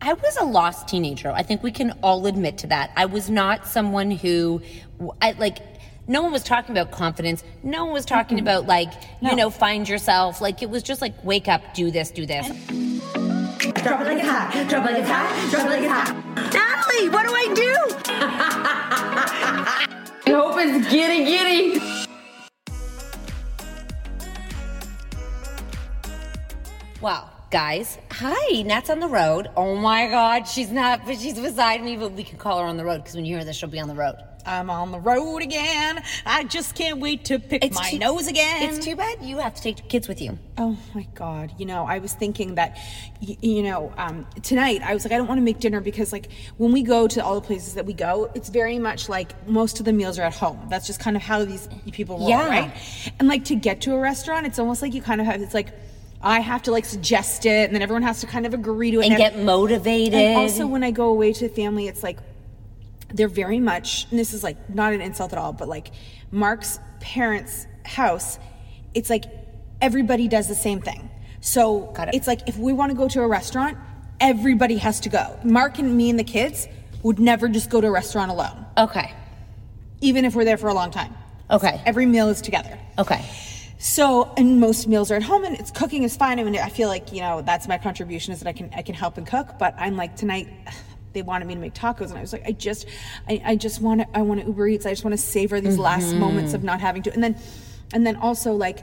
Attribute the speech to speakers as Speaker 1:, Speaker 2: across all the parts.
Speaker 1: I was a lost teenager. I think we can all admit to that. I was not someone who, I like, no one was talking about confidence. No one was talking about like, you know, find yourself. Like it was just like, wake up, do this, do this.
Speaker 2: Drop it like it's hot. Drop it like it's hot. Drop it like it's hot. Natalie, what do I do? I hope it's giddy giddy.
Speaker 1: Wow, guys, hi, Nat's on the road. Oh my God, she's not, but she's beside me. But we can call her on the road because when you hear this, she'll be on the road.
Speaker 3: I'm on the road again. I just can't wait to pick my
Speaker 1: too-
Speaker 3: nose again.
Speaker 1: It's too bad you have to take your kids with you.
Speaker 3: Oh my God. You know, I was thinking that, y- you know, um, tonight I was like, I don't want to make dinner because, like, when we go to all the places that we go, it's very much like most of the meals are at home. That's just kind of how these people roll,
Speaker 1: Yeah.
Speaker 3: right? And, like, to get to a restaurant, it's almost like you kind of have, it's like, I have to, like, suggest it, and then everyone has to kind of agree to it.
Speaker 1: And
Speaker 3: ev-
Speaker 1: get motivated.
Speaker 3: And also, when I go away to the family, it's like, they're very much and this is like not an insult at all but like mark's parents house it's like everybody does the same thing so
Speaker 1: Got it.
Speaker 3: it's like if we want to go to a restaurant everybody has to go mark and me and the kids would never just go to a restaurant alone
Speaker 1: Okay.
Speaker 3: even if we're there for a long time
Speaker 1: Okay.
Speaker 3: every meal is together
Speaker 1: Okay.
Speaker 3: so, and most meals are at home, and it's cooking is fine. I mean, I feel like you know that's my contribution is that I can I can help and cook. But I'm like tonight, they wanted me to make tacos, and I was like, I just, I, I just want to, I want to Uber Eats. I just want to savor these last moments of not having to, and then, and then also like,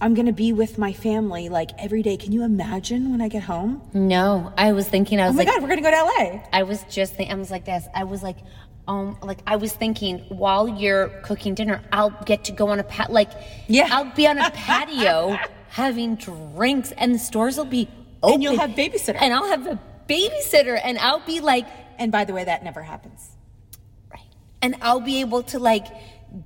Speaker 3: I'm gonna be with my family like every day. Can you imagine when I get home?
Speaker 1: No, I was thinking, I was
Speaker 3: oh my
Speaker 1: like,
Speaker 3: god, we're gonna go to LA.
Speaker 1: I was just thinking, I was like this. I was like, um, like I was thinking while you're cooking dinner, I'll get to go on a pat, like,
Speaker 3: Yeah.
Speaker 1: I'll be on a patio having drinks, and the stores will be open,
Speaker 3: you'll have babysitter.
Speaker 1: and I'll have a babysitter, and I'll be like,
Speaker 3: And by the way, that never happens.
Speaker 1: right, and I'll be able to like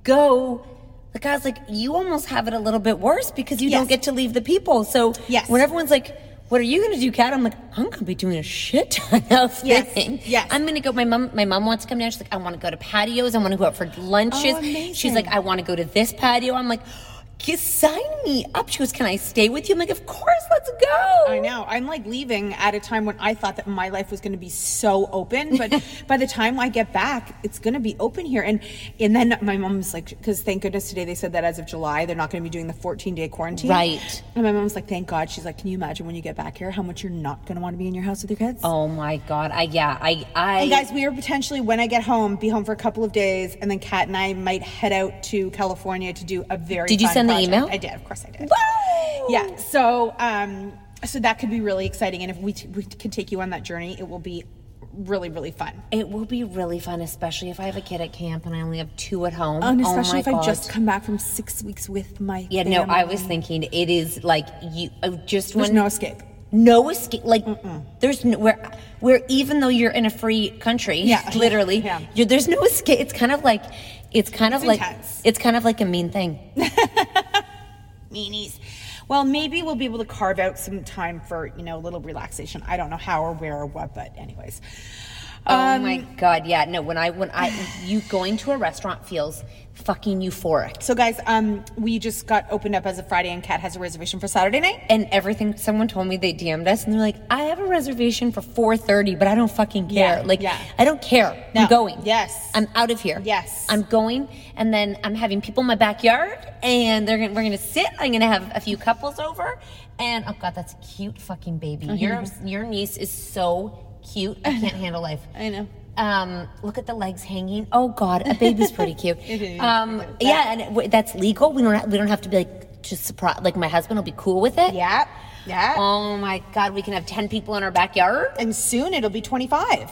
Speaker 1: go. Like I was like, you almost have it a little bit worse because you don't
Speaker 3: Yes.
Speaker 1: get to leave the people. So
Speaker 3: Yes.
Speaker 1: when everyone's like, what are you gonna do, Kat? I'm like, I'm gonna be doing a shit ton of
Speaker 3: Yes,
Speaker 1: things.
Speaker 3: yes.
Speaker 1: I'm gonna go. My mom, my mom wants to come down. She's like, I want to go to patios. I want to go out for
Speaker 3: Oh,
Speaker 1: lunches. She's like, I want to go to this patio. I'm like, "Ki- sign me up. She goes, Can I stay with you? I'm like, Of course, let's go.
Speaker 3: I know. I'm like leaving at a time when I thought that my life was going to be so open, but by the time I get back, it's going to be open here. And and then my mom's like, because thank goodness today they said that as of July they're not going to be doing the 14 day quarantine.
Speaker 1: Right.
Speaker 3: And my mom's like, thank God. She's like, can you imagine when you get back here how much you're not going to want to be in your house with your kids?
Speaker 1: Oh my god. I yeah. I I
Speaker 3: And guys, we are potentially when I get home, be home for a couple of days, and then Kat and I might head out to California to do a very.
Speaker 1: Did you
Speaker 3: fun
Speaker 1: send the
Speaker 3: project.
Speaker 1: email?
Speaker 3: I did, of course, I did.
Speaker 1: Whoa!
Speaker 3: Yeah, so um, so that could be really exciting, and if we, t- we can take you on that journey, it will be really really fun.
Speaker 1: It will be really fun, especially if I have a kid at camp and I only have two at home.
Speaker 3: And
Speaker 1: Oh
Speaker 3: especially
Speaker 1: my
Speaker 3: if
Speaker 1: god.
Speaker 3: I just come back from six weeks with my.
Speaker 1: Yeah, no, I was
Speaker 3: family.
Speaker 1: thinking it is like you I just
Speaker 3: There's
Speaker 1: when
Speaker 3: no escape.
Speaker 1: no escape. Like there's no where where even though you're in a free country,
Speaker 3: Yeah.
Speaker 1: literally,
Speaker 3: Yeah.
Speaker 1: you're, there's no escape. It's kind of like it's kind of
Speaker 3: It's
Speaker 1: like
Speaker 3: intense. Um,
Speaker 1: it's kind of like a mean thing.
Speaker 3: meanies. Well, maybe we'll be able to carve out some time for you know a little relaxation. I don't know how or where or what, but anyways.
Speaker 1: Oh my god, yeah. No, when I when I you going to a restaurant feels fucking euphoric.
Speaker 3: So guys, um, we just got opened up as a Friday, and Kat has a reservation for Saturday night.
Speaker 1: And everything someone told me they DM'd us and they're like, I have a reservation for four thirty, but I don't fucking care.
Speaker 3: Yeah,
Speaker 1: like
Speaker 3: yeah.
Speaker 1: I don't care.
Speaker 3: No.
Speaker 1: I'm going.
Speaker 3: Yes.
Speaker 1: I'm out of here.
Speaker 3: Yes.
Speaker 1: I'm going and then I'm having people in my backyard and they're gonna, we're gonna sit. I'm gonna have a few couples over and oh god, that's a cute fucking baby. Your your niece is so cute. I can't handle life. I know. Um, look at the legs hanging. Oh God, a baby's pretty cute. um, yeah, and it, w- that's legal. We don't ha- we don't have to be like just surprise. Like my husband will be cool with it.
Speaker 3: Yep, yeah.
Speaker 1: Oh my God, we can have ten people in our backyard.
Speaker 3: and soon it'll be 25.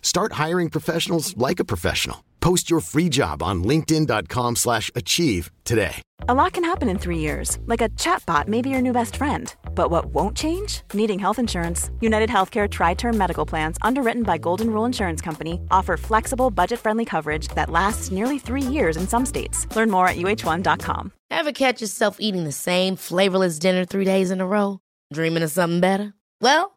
Speaker 4: Start hiring professionals like a professional. Post your free job on linkedin.com/achieve slash achieve today.
Speaker 5: A lot can happen in three years, like a chatbot may be your new best friend. But what won't change? Needing health insurance. United Healthcare Tri Term Medical Plans, underwritten by Golden Rule Insurance Company, offer flexible, budget friendly coverage that lasts nearly three years in some states. Learn more at uh1.com.
Speaker 6: Ever catch yourself eating the same flavorless dinner three days in a row? Dreaming of something better? Well,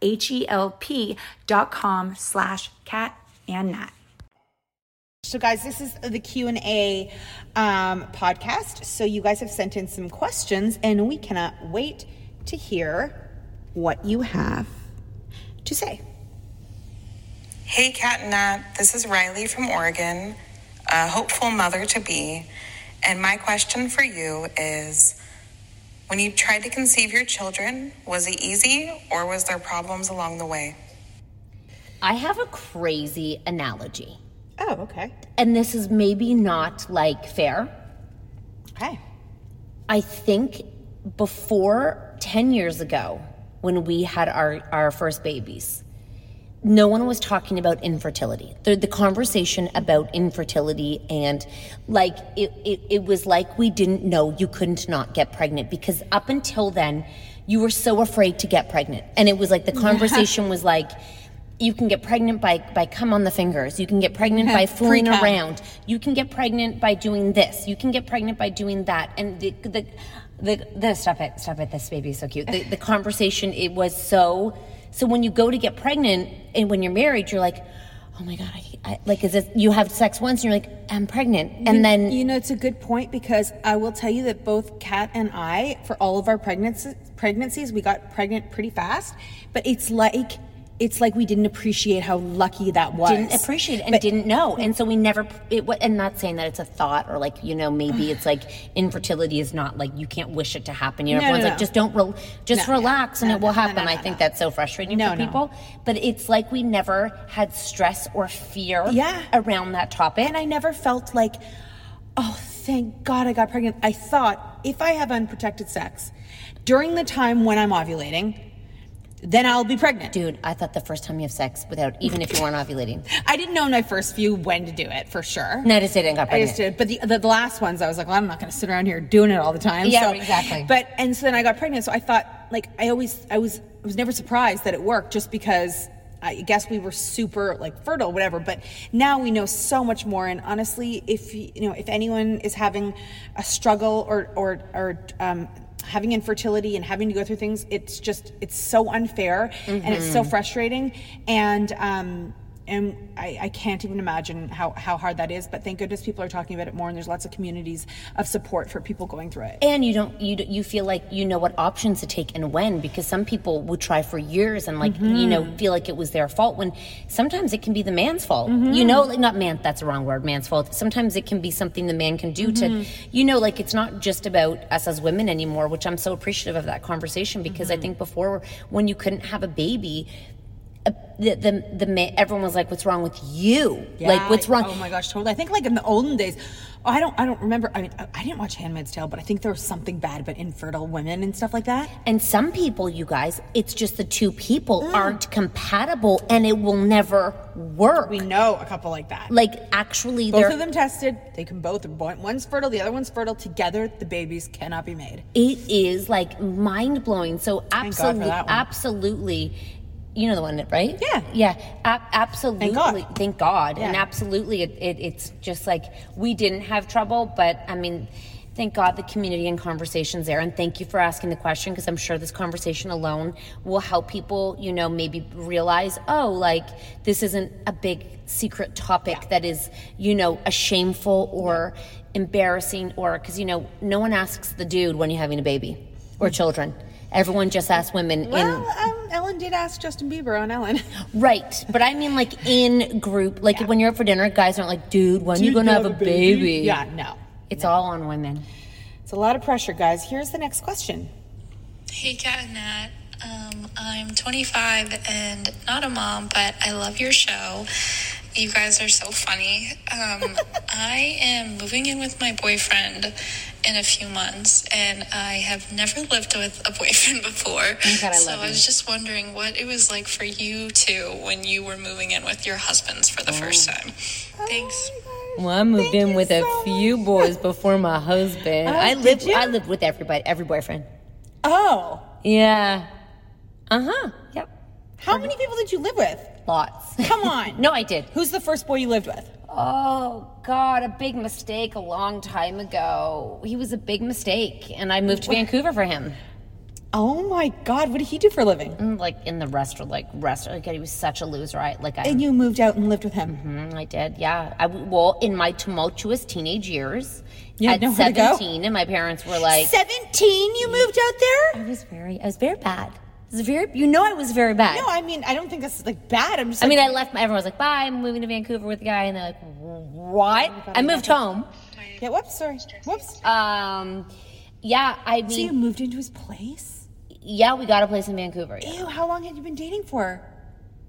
Speaker 7: E H-E-L-P dot com slash cat and nat.
Speaker 3: So, guys, this is the Q and A um, podcast. So, you guys have sent in some questions, and we cannot wait to hear what you have to say.
Speaker 8: Hey, Kat and Nat. This is Riley from Oregon, a hopeful mother to be. And my question for you is when you tried to conceive your children, was it easy or was there problems along the way?
Speaker 1: I have a crazy analogy.
Speaker 3: Oh, okay,
Speaker 1: And this is maybe not like fair.
Speaker 3: okay.
Speaker 1: I think before 10 years ago, when we had our, our first babies, no one was talking about infertility. The, the conversation about infertility and like it, it, it was like we didn't know you couldn't not get pregnant because up until then, you were so afraid to get pregnant. And it was like the conversation was like, you can get pregnant by, by cum on the fingers. You can get pregnant by fooling around. You can get pregnant by doing this. You can get pregnant by doing that. And the, the, the, the stop it, stop it. This baby is so cute. The, the conversation, it was so, so when you go to get pregnant and when you're married, you're like, oh my God, I, I like, is this, you have sex once and you're like, I'm pregnant. And then
Speaker 3: You know, it's a good point because I will tell you that both Kat and I, for all of our pregnancies, pregnancies, we got pregnant pretty fast. But it's like it's like we didn't appreciate how lucky that was.
Speaker 1: didn't appreciate it and
Speaker 3: But-
Speaker 1: didn't know and so we never it wa- and not saying that it's a thought or like you know maybe it's like infertility is not like you can't wish it to happen you know
Speaker 3: No,
Speaker 1: everyone's
Speaker 3: no,
Speaker 1: like
Speaker 3: no.
Speaker 1: just don't rel- just
Speaker 3: No,
Speaker 1: relax and
Speaker 3: no,
Speaker 1: it will
Speaker 3: no, no,
Speaker 1: happen
Speaker 3: no,
Speaker 1: i
Speaker 3: no,
Speaker 1: think
Speaker 3: no.
Speaker 1: that's so frustrating
Speaker 3: No,
Speaker 1: for
Speaker 3: no.
Speaker 1: people but it's like we never had stress or fear
Speaker 3: Yeah.
Speaker 1: around that topic
Speaker 3: And I never felt like, oh, thank God I got pregnant. I thought if I have unprotected sex during the time when I'm ovulating, then I'll be pregnant.
Speaker 1: dude i thought the first time you have sex without even if you weren't ovulating
Speaker 3: I didn't know in my first few when to do it for sure.
Speaker 1: No, I just didn't got
Speaker 3: I just did,
Speaker 1: pregnant.
Speaker 3: but the, the the last ones, I was like, well, I'm not going to sit around here doing it all the time.
Speaker 1: Yeah,
Speaker 3: so-
Speaker 1: exactly.
Speaker 3: But and so then I got pregnant, so I thought like I always I was I was never surprised that it worked just because I guess we were super like fertile, whatever. But now we know so much more, and honestly, if you you know if anyone is having a struggle or or or um, having infertility and having to go through things, it's just it's so unfair and it's so frustrating and. um and I, I can't even imagine how, how hard that is, but thank goodness people are talking about it more, and there's lots of communities of support for people going through it.
Speaker 1: and you don't you d- you feel like you know what options to take and when because some people would try for years and like you
Speaker 3: Mm-hmm.
Speaker 1: know feel like it was their fault when sometimes it can be the man's fault
Speaker 3: Mm-hmm.
Speaker 1: you know like not man that's a wrong word man's fault sometimes it can be something the man can do to
Speaker 3: Mm-hmm.
Speaker 1: you know like it's not just about us as women anymore which i'm so appreciative of that conversation because
Speaker 3: Mm-hmm.
Speaker 1: i think before when you couldn't have a baby uh, the the, the man, everyone was like what's wrong with you like what's wrong
Speaker 3: Oh my gosh, totally. I think like in the olden days, oh, I don't I don't remember. I mean, I, I didn't watch Handmaid's Tale, but I think there was something bad about infertile women and stuff like that.
Speaker 1: And some people, you guys, it's just the two people
Speaker 3: Mm.
Speaker 1: aren't compatible and it will never work.
Speaker 3: We know a couple like that.
Speaker 1: Like, actually,
Speaker 3: both
Speaker 1: Mm, they're.
Speaker 3: of them tested. They can both. one- One's fertile, the other one's fertile. Together, the babies cannot be made.
Speaker 1: It is like mind blowing. So,
Speaker 3: God for
Speaker 1: absolutely,
Speaker 3: that one.
Speaker 1: absolutely. You know the one, right?
Speaker 3: Yeah.
Speaker 1: Yeah. A- absolutely.
Speaker 3: God.
Speaker 1: Thank God. And
Speaker 3: Yeah.
Speaker 1: absolutely, it, it, it's just like we didn't have trouble, but I mean, thank God the community and conversations there. And thank you for asking the question because I'm sure this conversation alone will help people, you know, maybe realize, oh, like this isn't a big secret topic that is, you know, a shameful or embarrassing or because, you know, no one asks the dude when you're having a baby or children. Everyone just asks women in
Speaker 3: Mm. Well, um, Ellen did ask Justin Bieber on Ellen.
Speaker 1: Right, but I mean like in group, like when you're out for dinner, guys aren't like, dude, when you gonna have a baby?
Speaker 3: Yeah, no.
Speaker 1: it's all on women.
Speaker 3: It's a lot of pressure, guys. Here's the next question.
Speaker 9: Hey, Kat and Nat. Um, I'm 25 and not a mom, but I love your show. You guys are so funny. Um, I am moving in with my boyfriend in a few months, and I have never lived with a boyfriend before. so I was just wondering what it was like for you two when you were moving in with your husbands for the
Speaker 2: Oh.
Speaker 9: first time. Thanks.
Speaker 1: Well, I moved
Speaker 3: Thank
Speaker 1: in
Speaker 3: you
Speaker 1: with a
Speaker 3: so
Speaker 1: few
Speaker 3: much.
Speaker 1: boys before my husband.
Speaker 3: Oh,
Speaker 1: I
Speaker 3: did
Speaker 1: lived,
Speaker 3: you?
Speaker 1: I lived with everybody, every boyfriend.
Speaker 3: Oh,
Speaker 1: Yeah. Uh huh. Yep.
Speaker 3: how many people did you live with?
Speaker 1: Lots.
Speaker 3: Come on.
Speaker 1: no, I did.
Speaker 3: Who's the first boy you lived with?
Speaker 1: Oh God, a big mistake a long time ago. He was a big mistake, and I moved to Vancouver for him.
Speaker 3: Oh my God, what did he do for a living?
Speaker 1: Like in the restaurant, like restaurant. Like he was such a loser. I like I.
Speaker 3: And you moved out and lived with him.
Speaker 1: Mm, I did, yeah. I w- well, in my tumultuous teenage years,
Speaker 3: You had
Speaker 1: at
Speaker 3: nowhere to go.
Speaker 1: seventeen, and my parents were like,
Speaker 3: 17, you moved out there?
Speaker 1: I was very, I was very bad. I was very, you know, I was very bad.
Speaker 3: No, I mean, I don't think that's like bad. I'm just
Speaker 1: I
Speaker 3: like,
Speaker 1: mean, I left. My, everyone was like, "Bye, I'm moving to Vancouver with a guy," and they're like, "What?" I moved home.
Speaker 3: Yeah, whoops, sorry. Whoops.
Speaker 1: Um, yeah, I
Speaker 3: so you
Speaker 1: mean,
Speaker 3: moved into his place?
Speaker 1: yeah, we got a place in Vancouver. yeah.
Speaker 3: Ew, how long had you been dating for?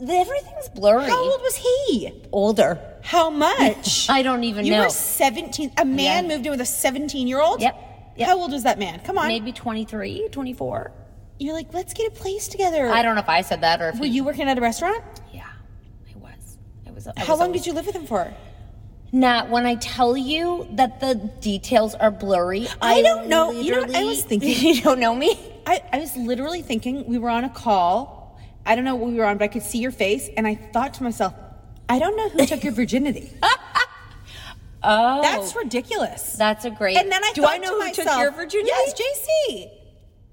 Speaker 1: Everything's blurry.
Speaker 3: How old was he?
Speaker 1: Older.
Speaker 3: How much?
Speaker 1: I don't even
Speaker 3: you
Speaker 1: know.
Speaker 3: were 17. A man moved in with a 17 year old?
Speaker 1: Yep, yep.
Speaker 3: How old was that man? Come on.
Speaker 1: Maybe 23, 24.
Speaker 3: You're like, let's get a place together.
Speaker 1: I don't know if I said that or if
Speaker 3: Were you working at a restaurant?
Speaker 1: Yeah, I was. I was.
Speaker 3: How long did you live with him for?
Speaker 1: Nat, when I tell you that the details are blurry,
Speaker 3: I don't know. You know what I
Speaker 1: literally-
Speaker 3: was thinking?
Speaker 1: you don't know me.
Speaker 3: I, I was literally thinking we were on a call. I don't know what we were on, but I could see your face, and I thought to myself, I don't know who took your virginity.
Speaker 1: Oh,
Speaker 3: That's ridiculous.
Speaker 1: that's a great.
Speaker 3: and then I
Speaker 1: do
Speaker 3: thought
Speaker 1: I know
Speaker 3: to
Speaker 1: who
Speaker 3: myself,
Speaker 1: took your virginity?
Speaker 3: Yes, JC.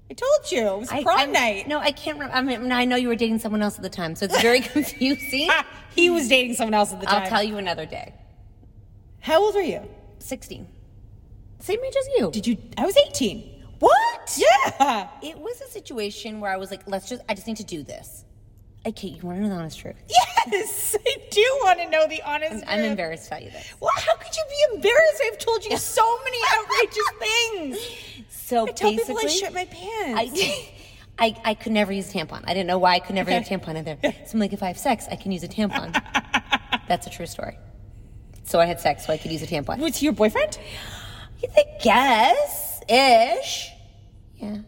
Speaker 3: I told you it was
Speaker 1: I-
Speaker 3: prom
Speaker 1: I'm-
Speaker 3: night.
Speaker 1: No, I can't remember. I, mean, I know you were dating someone else at the time, so it's very confusing.
Speaker 3: Ah, he was dating someone else at the time.
Speaker 1: I'll tell you another day.
Speaker 3: How old were you?
Speaker 1: Sixteen, same age as you.
Speaker 3: Did you? I was 18.
Speaker 1: what?
Speaker 3: Yeah.
Speaker 1: It was a situation where I was like, let's just. I just need to do this. I Kate, you want to know the honest truth?
Speaker 3: Yes, I do want to know the honest.
Speaker 1: I'm
Speaker 3: truth.
Speaker 1: embarrassed about you. This.
Speaker 3: Well, how could you be embarrassed? I've told you so many outrageous things.
Speaker 1: So
Speaker 3: I tell
Speaker 1: basically,
Speaker 3: people I shit my pants.
Speaker 1: I, I, I could never use a tampon. I didn't know why I could never use a tampon in there. So I'm like, if I have sex, I can use a tampon. That's a true story. So I had sex, so I could use a tampon.
Speaker 3: What's your boyfriend?
Speaker 1: I guess ish. Yeah,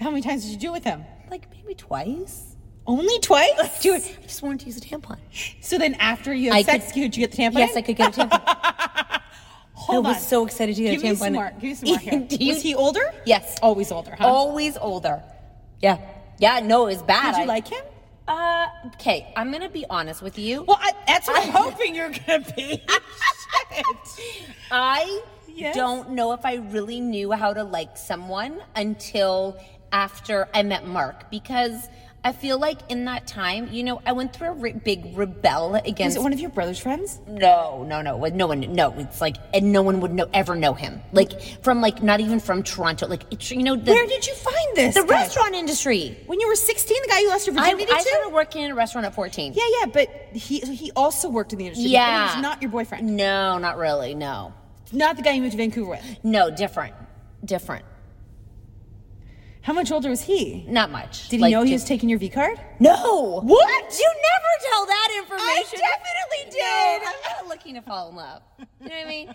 Speaker 3: How many times did you do with him?
Speaker 1: like maybe twice.
Speaker 3: Only twice.
Speaker 1: Dude, I just wanted to use a tampon.
Speaker 3: So then after you had
Speaker 1: I
Speaker 3: sex,
Speaker 1: could-
Speaker 3: you, did you get the tampon?
Speaker 1: Yes, I could get a tampon.
Speaker 3: Hold
Speaker 1: I was
Speaker 3: on.
Speaker 1: so excited to
Speaker 3: Give
Speaker 1: get a tampon.
Speaker 3: me some more. Give me some more here.
Speaker 1: Do you-
Speaker 3: Was he older?
Speaker 1: Yes.
Speaker 3: Always older, huh?
Speaker 1: Always older. Yeah. Yeah. No, it was bad.
Speaker 3: Did you
Speaker 1: I-
Speaker 3: like him?
Speaker 1: Uh, okay, I'm gonna be honest with you.
Speaker 3: Well, I, that's what I'm hoping you're gonna be. Shit.
Speaker 1: I
Speaker 3: Yes.
Speaker 1: don't know if I really knew how to like someone until after I met Mark because I feel like in that time, you know, I went through a re- big rebel
Speaker 3: Is
Speaker 1: against.
Speaker 3: it one of your brother's friends?
Speaker 1: no, no, no, no one. No, it's like, and no one would know ever know him. Like from like not even from Toronto. Like it's you know the
Speaker 3: Where did you find this?
Speaker 1: the
Speaker 3: guy?
Speaker 1: restaurant industry.
Speaker 3: When you were 16, the guy you lost your
Speaker 1: I,
Speaker 3: virginity
Speaker 1: I
Speaker 3: to?
Speaker 1: started working in a restaurant at 14.
Speaker 3: yeah, yeah, but he he also worked in the industry.
Speaker 1: Yeah.
Speaker 3: He's not your boyfriend.
Speaker 1: No, not really. No,
Speaker 3: Not the guy you moved to Vancouver with.
Speaker 1: no, different, different.
Speaker 3: How much older was he?
Speaker 1: Not much.
Speaker 3: Did he
Speaker 1: Like,
Speaker 3: know he
Speaker 1: just-
Speaker 3: was taking your V card?
Speaker 1: No.
Speaker 3: What?
Speaker 1: You never tell that information.
Speaker 3: I definitely did.
Speaker 1: No, I'm not looking to fall in love. You know what I mean?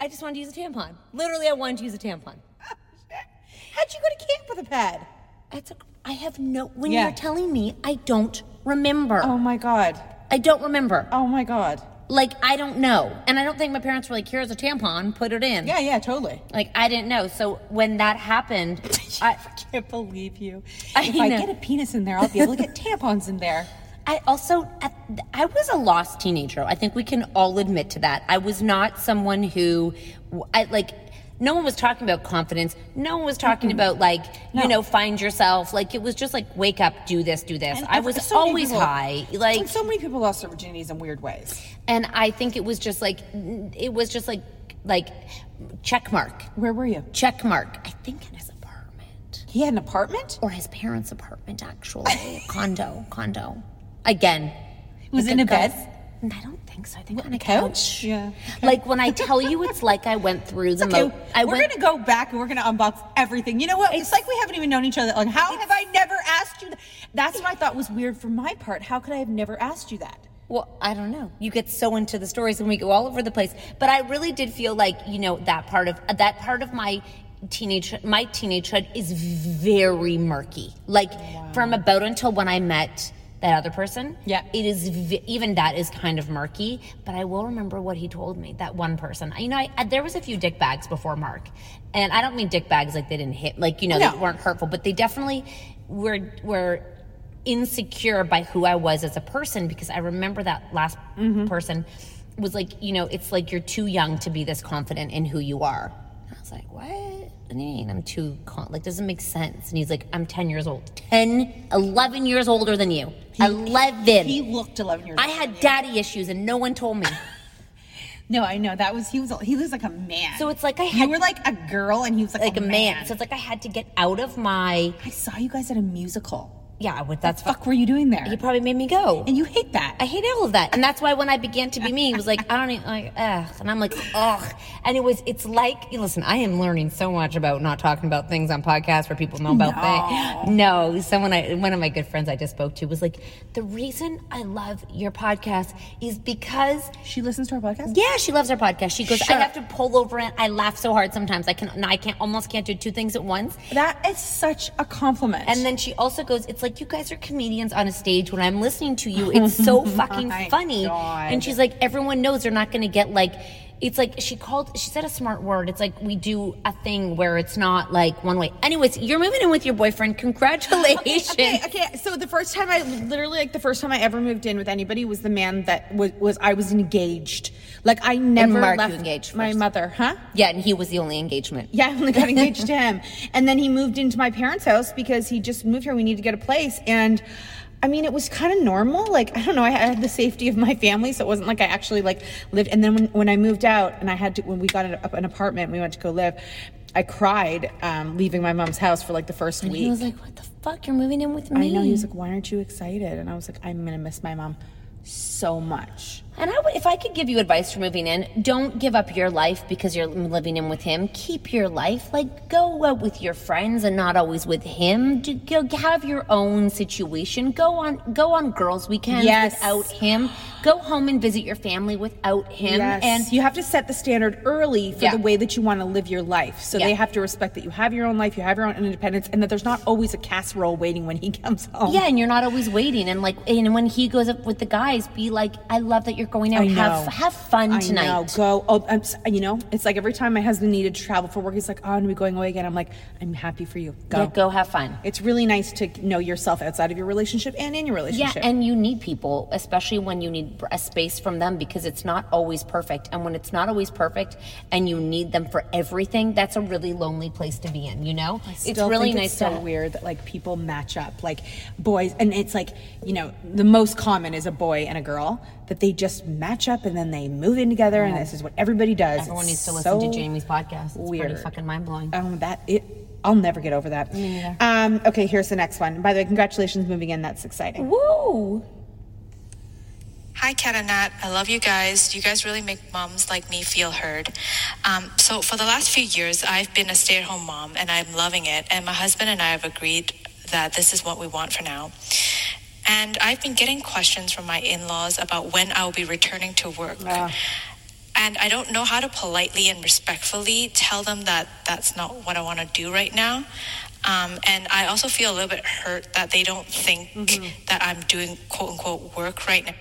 Speaker 1: I just wanted to use a tampon. Literally, I wanted to use a tampon.
Speaker 3: How'd you go to camp with a pad?
Speaker 1: That's a, I have no. When
Speaker 3: Yeah.
Speaker 1: you're telling me, I don't remember.
Speaker 3: Oh my god.
Speaker 1: I don't remember.
Speaker 3: Oh my god.
Speaker 1: Like I don't know, and I don't think my parents were like, "Here's a tampon, put it in."
Speaker 3: Yeah, yeah, totally.
Speaker 1: Like I didn't know. So when that happened, I,
Speaker 3: can't believe you.
Speaker 1: I
Speaker 3: if I
Speaker 1: know.
Speaker 3: get a penis in there, I'll be able to get tampons in there.
Speaker 1: I also, I was a lost teenager. I think we can all admit to that. I was not someone who, I like, no one was talking about confidence. No one was talking about like, you know, find yourself. Like it was just like, wake up, do this, do this. I
Speaker 3: And
Speaker 1: was
Speaker 3: so many
Speaker 1: always
Speaker 3: people-
Speaker 1: high. Like,
Speaker 3: and so many people lost their virginities in weird ways.
Speaker 1: and I think it was just like, it was just like, like, check mark,
Speaker 3: Where were you?
Speaker 1: check mark. I think in his apartment
Speaker 3: He had an apartment.
Speaker 1: or his parents' apartment, actually, condo, condo. Again,
Speaker 3: It was in a bed.
Speaker 1: And I don't think so. I think on a
Speaker 3: couch?
Speaker 1: couch.
Speaker 3: Yeah.
Speaker 1: Like when I tell you, it's like I went through the
Speaker 3: Okay,
Speaker 1: mo- I
Speaker 3: we're
Speaker 1: went.
Speaker 3: gonna go back and we're gonna unbox everything. You know what? It's, like we haven't even known each other. that long. how have I never asked you? That? That's what I thought was weird for my part. How could I have never asked you that?
Speaker 1: well, I don't know. You get so into the stories, and we go all over the place. But I really did feel like you know that part of that part of my teenage my teenagehood is very murky. Like from about until when I met that other person.
Speaker 3: Yeah.
Speaker 1: It is v- even that is kind of murky. But I will remember what he told me. That one person. You know, I, I, there was a few dick bags before Mark, and I don't mean dick bags like they didn't hit. Like you know
Speaker 3: No.
Speaker 1: they weren't hurtful, but they definitely were were insecure by who I was as a person because I remember that last
Speaker 3: Mm-hmm.
Speaker 1: person was like, you know, it's like you're too young to be this confident in who you are. I was like, what? What do you mean? I'm too, con- like, doesn't make sense. And he's like, I'm 10 years old. 10, 11 years older than you. 11.
Speaker 3: He looked 11 years
Speaker 1: I had daddy issues and no one told me.
Speaker 3: No, I know that was he was he was like a man.
Speaker 1: So it's like I
Speaker 3: you were like a girl and he was like,
Speaker 1: like a man. So it's like I had to get out of my.
Speaker 3: I saw you guys at a musical.
Speaker 1: Yeah, what that's
Speaker 3: fuck were you doing there?
Speaker 1: He probably made me go.
Speaker 3: And you hate that.
Speaker 1: I hate all of that. And that's why when I began to be me, it was like, I don't even like ugh. And I'm like, ugh. And it was it's like listen, I am learning so much about not talking about things on podcasts where people know about things. No, someone I one of my good friends I just spoke to was like, the reason I love your podcast is because
Speaker 3: She listens to our podcast.
Speaker 1: yeah, she loves our podcast. She goes, I have to pull over and I laugh so hard sometimes. I can, no, I can't, almost can't do two things at once.
Speaker 3: That is such a compliment.
Speaker 1: And then she also goes, It's like you guys are comedians on a stage. When I'm listening to you, it's so fucking funny. And she's like, Everyone knows they're not going to get like, it's like she called, she said a smart word. It's like we do a thing where it's not like one way. Anyways, you're moving in with your boyfriend. Congratulations.
Speaker 3: Okay, okay. So the first time I literally like the first time I ever moved in with anybody was the man that was, was I was engaged. Like I never
Speaker 1: Mark, you
Speaker 3: left
Speaker 1: engaged
Speaker 3: my
Speaker 1: first.
Speaker 3: mother, huh?
Speaker 1: Yeah, and he was the only engagement.
Speaker 3: Yeah, I only got engaged to him. And then he moved into my parents' house because he just moved here. We need to get a place. And I mean, it was kind of normal. Like, I don't know, I had the safety of my family, so it wasn't like I actually like lived. And then when, when I moved out and I had to, when we got an, an apartment, we went to go live, I cried um, leaving my mom's house for like the first
Speaker 1: And
Speaker 3: week.
Speaker 1: he was like, What the fuck? You're moving in with
Speaker 3: I
Speaker 1: me.
Speaker 3: know. He was like, "Why aren't you excited?" And I was like, "I'm gonna miss my mom so much."
Speaker 1: And I would, if I could give you advice for moving in, don't give up your life because you're living in with him. Keep your life. Like, go out with your friends and not always with him. Do, go have your own situation. Go on, go on girls' weekends
Speaker 3: Yes.
Speaker 1: without him. Go home and visit your family without him. And
Speaker 3: And you have to set the standard early for
Speaker 1: Yeah.
Speaker 3: the way that you want to live your life. So they
Speaker 1: Yeah.
Speaker 3: have to respect that you have your own life, you have your own independence, and that there's not always a casserole waiting when he comes home.
Speaker 1: Yeah, and you're not always waiting. And like, and when he goes up with the guys, be like, "I love that you're going out.
Speaker 3: I know.
Speaker 1: Have have fun
Speaker 3: I
Speaker 1: tonight."
Speaker 3: know. Go. Oh, I'm, s- you know, it's like every time my husband needed to travel for work, he's like, "Oh, I'm gonna be going away again." I'm like, "I'm happy for you. Go."
Speaker 1: Yeah, go have fun.
Speaker 3: It's really nice to know yourself outside of your relationship and in your
Speaker 1: Yeah,
Speaker 3: relationship.
Speaker 1: and you need people, especially when you need a space from them because it's not always perfect. And when it's not always perfect and you need them for everything, that's a really lonely place to be in, you know? It's
Speaker 3: still
Speaker 1: really
Speaker 3: think
Speaker 1: nice
Speaker 3: it's
Speaker 1: to
Speaker 3: so weird that like people match up like boys and it's like you know the most common is a boy and a girl that they just match up and then they move in together and this is what everybody does
Speaker 1: Everyone
Speaker 3: It's
Speaker 1: needs to
Speaker 3: so
Speaker 1: listen to Jamie's podcast. It's pretty
Speaker 3: weird.
Speaker 1: fucking mind blowing.
Speaker 3: um that it I'll never get over that. Um, okay, here's the next one. By the way, congratulations moving in. That's exciting.
Speaker 1: Woo!
Speaker 9: Hi, Kat and Nat. I love you guys. You guys really make moms like me feel heard. Um, so, for the last few years, I've been a stay at home mom and I'm loving it. And my husband and I have agreed that this is what we want for now. And I've been getting questions from my in laws about when I'll be returning to work. And I don't know how to politely and respectfully tell them that that's not what I want to do right now. Um, and I also feel a little bit hurt that they don't think that I'm doing quote unquote work right now.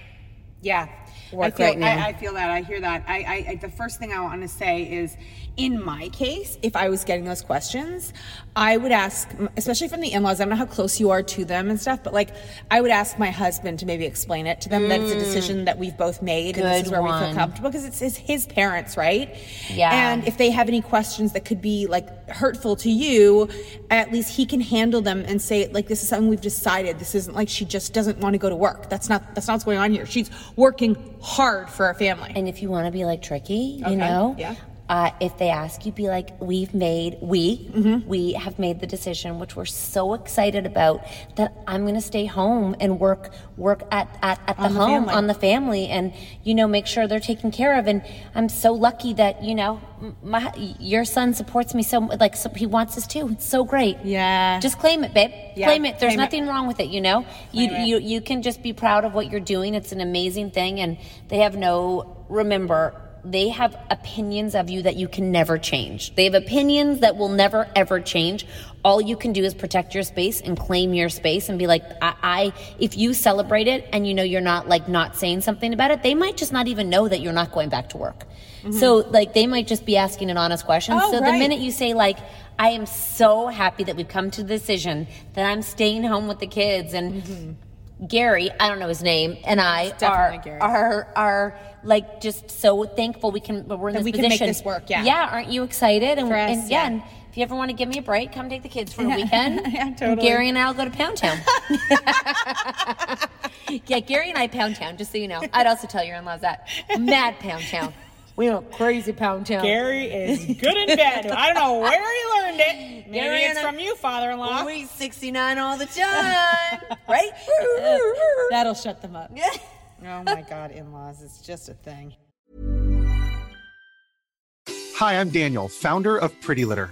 Speaker 3: Yeah. I
Speaker 1: Work
Speaker 3: feel,
Speaker 1: right now.
Speaker 3: I, I feel that. I hear that. I, I, I the first thing I want to say is, in my case, if I was getting those questions, I would ask, especially from the in-laws. I don't know how close you are to them and stuff, but like, I would ask my husband to maybe explain it to them that it's a decision that we've both made and this
Speaker 1: Mm. Good
Speaker 3: is where we feel
Speaker 1: one.
Speaker 3: comfortable because it's, it's his parents, right?
Speaker 1: Yeah.
Speaker 3: And if they have any questions that could be like hurtful to you, at least he can handle them and say like, this is something we've decided. This isn't like she just doesn't want to go to work. That's not that's not what's going on here. She's working hard for our family.
Speaker 1: And if you want to be like tricky, you know,
Speaker 3: yeah.
Speaker 1: uh, if they ask you, be like, "We've made we
Speaker 3: Mm-hmm.
Speaker 1: we have made the decision, which we're so excited about, that I'm going to stay home and work work at at, at the
Speaker 3: On the
Speaker 1: home
Speaker 3: family.
Speaker 1: on the family, and you know, make sure they're taken care of. And I'm so lucky that you know, m- my your son supports me so like so, he wants us too. It's so great.
Speaker 3: Yeah.
Speaker 1: just claim it, babe.
Speaker 3: Yeah,
Speaker 1: Claim it. There's
Speaker 3: claim it.
Speaker 1: nothing wrong with it. You know, you you you can just be proud of what you're doing. It's an amazing thing, and they have no remember. They have opinions of you that you can never change. They have opinions that will never ever change. All you can do is protect your space and claim your space and be like, I, I if you celebrate it and you know you're not like not saying something about it, they might just not even know that you're not going back to work. So like they might just be asking an honest question.
Speaker 3: Mm-hmm. Oh,
Speaker 1: so the
Speaker 3: right.
Speaker 1: minute you you say like i
Speaker 3: Mm-hmm.
Speaker 1: am so happy that we've come to the decision that i'm staying home with the kids and Gary, I don't know his name, and I are, are are like just so thankful we can we're in
Speaker 3: That we
Speaker 1: this
Speaker 3: can make
Speaker 1: position.
Speaker 3: this work, yeah.
Speaker 1: yeah. Aren't you excited? And,
Speaker 3: For us,
Speaker 1: and yeah,
Speaker 3: yeah.
Speaker 1: and if you ever want to give me a break, come take the kids for a weekend.
Speaker 3: Yeah,
Speaker 1: And
Speaker 3: totally.
Speaker 1: Gary and I'll go to Pound Town. yeah, Gary and I Pound Town. Just so you know, I'd also tell your in-laws that mad Pound Town. We went crazy Pound Town.
Speaker 10: Gary is good and bad. I don't know where he learned it. Maybe
Speaker 1: Gary
Speaker 10: it's
Speaker 1: and I-
Speaker 10: from you, father-in-law.
Speaker 1: We 69 all the time, right?
Speaker 10: That'll shut them up. oh my God, in-laws, it's just a thing.
Speaker 11: Hi, I'm Daniel, founder of Pretty Litter.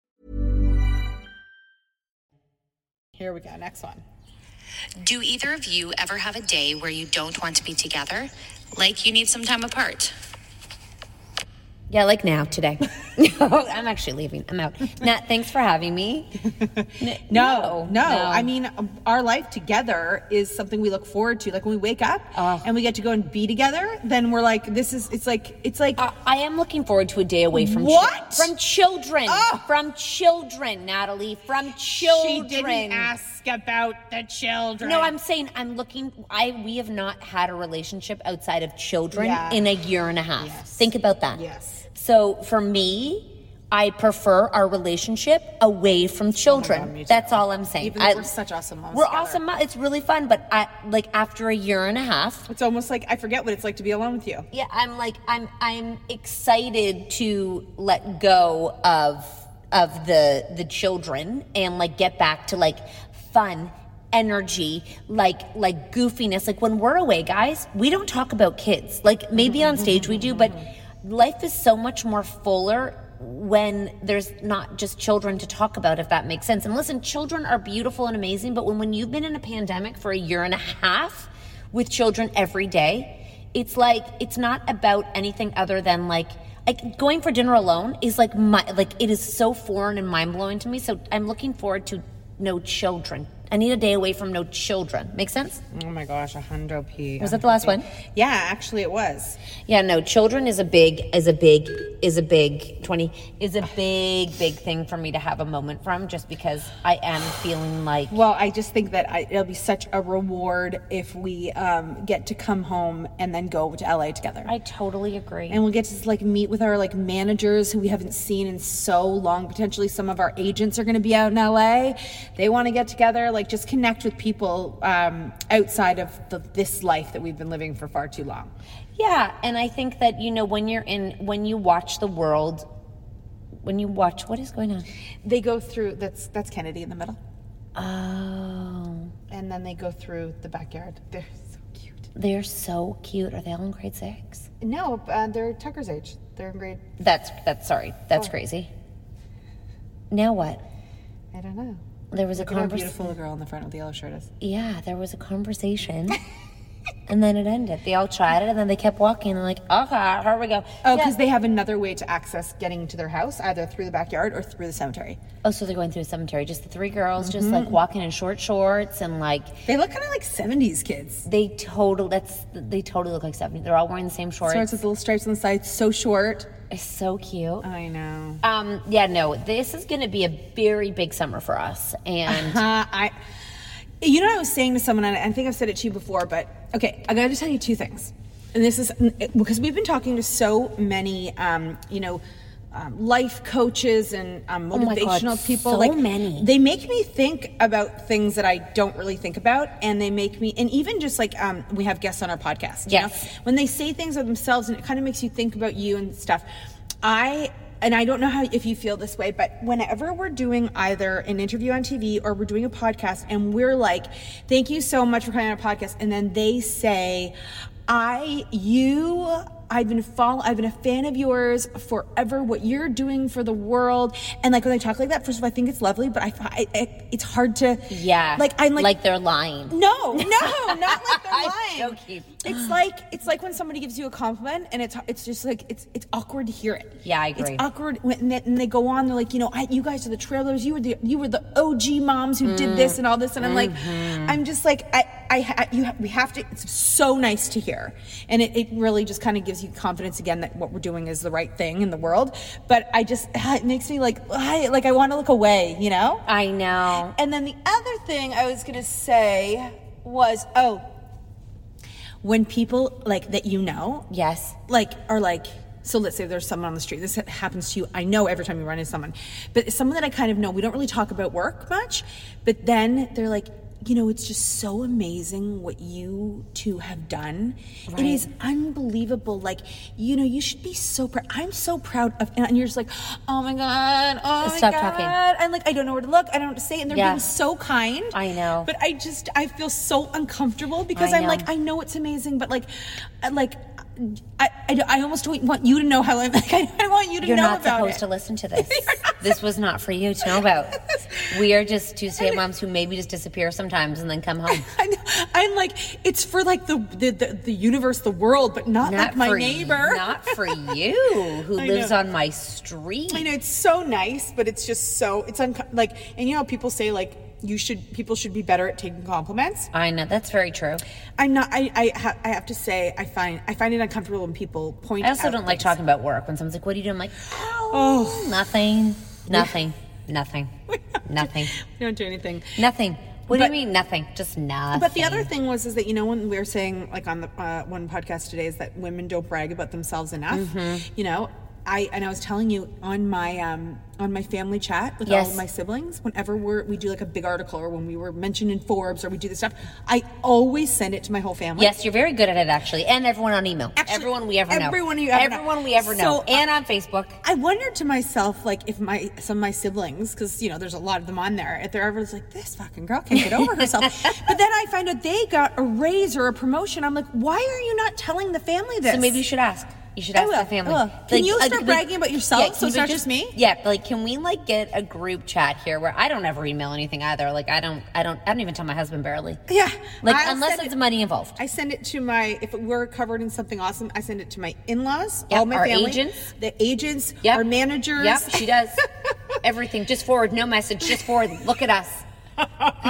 Speaker 3: Here we go. Next one.
Speaker 9: Do either of you ever have a day where you don't want to be together? Like you need some time apart?
Speaker 1: Yeah, like now, today. I'm actually leaving. I'm out. Nat, thanks for having me.
Speaker 3: No, no.
Speaker 1: no.
Speaker 3: I mean, um, our life together is something we look forward to. Like when we wake up and we get to go and be together, then we're like, this is. It's like it's like.
Speaker 1: I am looking forward to a day away from chil-
Speaker 3: what
Speaker 1: from children. From children, Natalie. From children.
Speaker 10: Oh. She didn't ask about the children.
Speaker 1: No, I'm saying I'm looking. I we have not had a relationship outside of children
Speaker 10: Yeah.
Speaker 1: in a year and a half. Think about that. Yes. So for me, I prefer our relationship away
Speaker 3: Oh
Speaker 1: from children. That's all I'm saying.
Speaker 3: Even though
Speaker 1: I-
Speaker 3: we're such awesome moms
Speaker 1: We're
Speaker 3: together.
Speaker 1: awesome. mo- It's really fun, but I like after a year and a half.
Speaker 3: It's almost like I forget what it's like to be alone with you.
Speaker 1: Yeah, I'm like I'm I'm excited to let go of of the the children and like get back to like fun energy like like goofiness like when we're away guys we don't talk about kids like maybe on stage we do but life is so much more fuller when there's not just children to talk about if that makes sense and listen children are beautiful and amazing but when when you've been in a pandemic for a year and a half with children every day it's like it's not about anything other than like like going for dinner alone is like my like it is so foreign and mind blowing to me. So I'm looking forward to no children. I need a day away from no children. Make sense?
Speaker 3: Oh my gosh, a hundred p.
Speaker 1: Was that the last one?
Speaker 3: Yeah, actually it was.
Speaker 1: Yeah, no, children is a big is a big is a big twenty is a big big thing for me to have a moment from just because I am feeling like
Speaker 3: Well, I just think that I, it'll be such a reward if we um, get to come home and then go to LA together. I
Speaker 1: totally agree.
Speaker 3: And we'll get to like meet with our like managers who we haven't seen in so long. Potentially, some of our agents are going to be out in LA. They want to get together, like just connect with people um, outside of the, this life that we've been living for far too long.
Speaker 1: Yeah, and I think that you know when you're in when you watch the world when you watch what is going on.
Speaker 3: They go through that's that's Kennedy in the middle.
Speaker 1: Oh.
Speaker 3: And then they go through the backyard. They're so cute.
Speaker 1: They're so cute. Are they all in grade 6?
Speaker 3: No, uh, they're Tucker's age. They're in grade.
Speaker 1: That's that's sorry. That's
Speaker 3: Oh.
Speaker 1: crazy. Now what?
Speaker 3: I don't know.
Speaker 1: There was a
Speaker 3: Look at how
Speaker 1: convers-
Speaker 3: beautiful the girl in the front with the yellow shirt is.
Speaker 1: Yeah, there was a conversation And then it ended. They all tried it, and then they kept walking. And like, okay, here we go.
Speaker 3: Oh, because they have another way to access getting to their house, either through the backyard or through the cemetery.
Speaker 1: Oh, so they're going through a cemetery. Just the three girls, just
Speaker 3: Mm-hmm.
Speaker 1: like walking in short shorts and like.
Speaker 3: They look kind of like '70s kids.
Speaker 1: They total. That's they totally look like '70s. They're all wearing the same shorts.
Speaker 3: Shorts with little stripes on the sides, so short.
Speaker 1: It's so cute.
Speaker 3: I know.
Speaker 1: Um. Yeah. No. This is going to be a very big summer for us, and
Speaker 3: Uh, I, you know, what I was saying to someone, and I think I've said it to you before, but okay, I got to tell you two things, and this is because we've been talking to so many, um, you know, um, life coaches and um,
Speaker 1: Oh my God,
Speaker 3: motivational people.
Speaker 1: so
Speaker 3: like
Speaker 1: many.
Speaker 3: they make me think about things that I don't really think about, and they make me, and even just like um, we have guests on our podcast. you know?
Speaker 1: Yes.
Speaker 3: when they say things of themselves, and it kind of makes you think about you and stuff. I and I don't know how if you feel this way, but whenever we're doing either an interview on TV or we're doing a podcast, and we're like, "Thank you so much for coming on a podcast," and then they say, "I you." I've been follow, I've been a fan of yours forever. What you're doing for the world, and like when they talk like that, first of all, I think it's lovely, but I, I, I it's hard to
Speaker 1: yeah.
Speaker 3: Like I'm like
Speaker 1: like they're lying.
Speaker 3: no, no, not like they're
Speaker 1: I'm
Speaker 3: lying. It's like it's like when somebody gives you a compliment and it's it's just like it's it's awkward to hear it.
Speaker 1: Yeah, I agree.
Speaker 3: It's awkward when and they, and they go on. They're like, you know, I, you guys are the trailers. You were the you were the OG moms who did this and all this. And I'm like,
Speaker 1: Mm-hmm.
Speaker 3: I'm just like I I, ha- you ha- we have to. It's so nice to hear, and it, it really just kind of gives you confidence again that what we're doing is the right thing in the world. But I just it makes me like I, like I want to look away, you know.
Speaker 1: I know.
Speaker 3: And then the other thing I was gonna say was, oh, when people like that you know,
Speaker 1: yes,
Speaker 3: like are like. So let's say there's someone on the street. This happens to you. I know every time you run into someone, but it's someone that I kind of know. We don't really talk about work much, but then they're like, you know, it's just so amazing what you two have done. It is unbelievable. Like, you know, you should be so proud. I'm so proud of, and you're just like, oh my god, oh my
Speaker 1: Stop
Speaker 3: god.
Speaker 1: talking.
Speaker 3: And like, I don't know where to look. I don't know what to say. And they're
Speaker 1: Yeah.
Speaker 3: being so kind.
Speaker 1: I know.
Speaker 3: But I just I feel so uncomfortable because
Speaker 1: I
Speaker 3: I'm
Speaker 1: know.
Speaker 3: like I know it's amazing, but like, I- like I, I, I almost don't want you to know how I'm like I, I want you to
Speaker 1: You're
Speaker 3: know
Speaker 1: not
Speaker 3: about
Speaker 1: supposed
Speaker 3: it.
Speaker 1: to listen to this. this was not for you to know about. We are just two stay at moms who maybe just disappear sometimes and then come home.
Speaker 3: I'm like it's for like the the, the, the universe, the world, but not, like my
Speaker 1: for
Speaker 3: neighbor.
Speaker 1: You, not for you, who
Speaker 3: I
Speaker 1: lives
Speaker 3: know.
Speaker 1: on my street.
Speaker 3: I know it's so nice, but it's just so it's unco- like and you know how people say like you should people should be better at taking compliments.
Speaker 1: I know that's very true.
Speaker 3: I'm not. I I, ha- I have to say I find I find it uncomfortable when people point.
Speaker 1: I also
Speaker 3: out
Speaker 1: don't like
Speaker 3: things.
Speaker 1: talking about work when someone's like, "What do you do?" I'm like, "Oh, nothing, nothing, nothing, nothing,
Speaker 3: We don't do anything.
Speaker 1: nothing."
Speaker 3: But-
Speaker 1: What do you mean nothing? Just nothing.
Speaker 3: But the other thing was is that you know when we were saying like on the uh, one podcast today is that women don't brag about themselves enough.
Speaker 1: Mm-hmm.
Speaker 3: You know, I and I was telling you on my um on my family chat with all
Speaker 1: Yes.
Speaker 3: of my siblings, whenever we're we do like a big article or when we were mentioned in Forbes or we do this stuff, I always send it to my whole family.
Speaker 1: Yes, you're very good at it, actually, and everyone on email, everyone we ever know,
Speaker 3: everyone you ever know.
Speaker 1: everyone we ever know,
Speaker 3: So, uh,
Speaker 1: and on Facebook.
Speaker 3: I wondered to myself, like, if my some of my siblings, because you know, there's a lot of them on there, if they're ever just like, this fucking girl can't get over herself. but then I find out they got a raise or a promotion. I'm like, why are you not telling the family this?
Speaker 1: So maybe you should ask. You should
Speaker 3: I
Speaker 1: ask
Speaker 3: will,
Speaker 1: the family.
Speaker 3: I will. Can you
Speaker 1: uh,
Speaker 3: start
Speaker 1: we-
Speaker 3: bragging about yourself
Speaker 1: can
Speaker 3: so it's
Speaker 1: we
Speaker 3: not just me?
Speaker 1: Yeah, like can we like get a group chat here where I don't ever email anything either? Like I don't, I don't, I don't even tell my husband barely.
Speaker 3: Yeah,
Speaker 1: Like
Speaker 3: I'll
Speaker 1: unless
Speaker 3: send
Speaker 1: it's
Speaker 3: it-
Speaker 1: money involved.
Speaker 3: I send it to my if we're covered in something awesome. I send it to my in-laws,
Speaker 1: Yep,
Speaker 3: all my
Speaker 1: our
Speaker 3: family,
Speaker 1: agents.
Speaker 3: the agents, our managers.
Speaker 1: Yep, she does everything. Just forward, no message. Just forward. Look at us.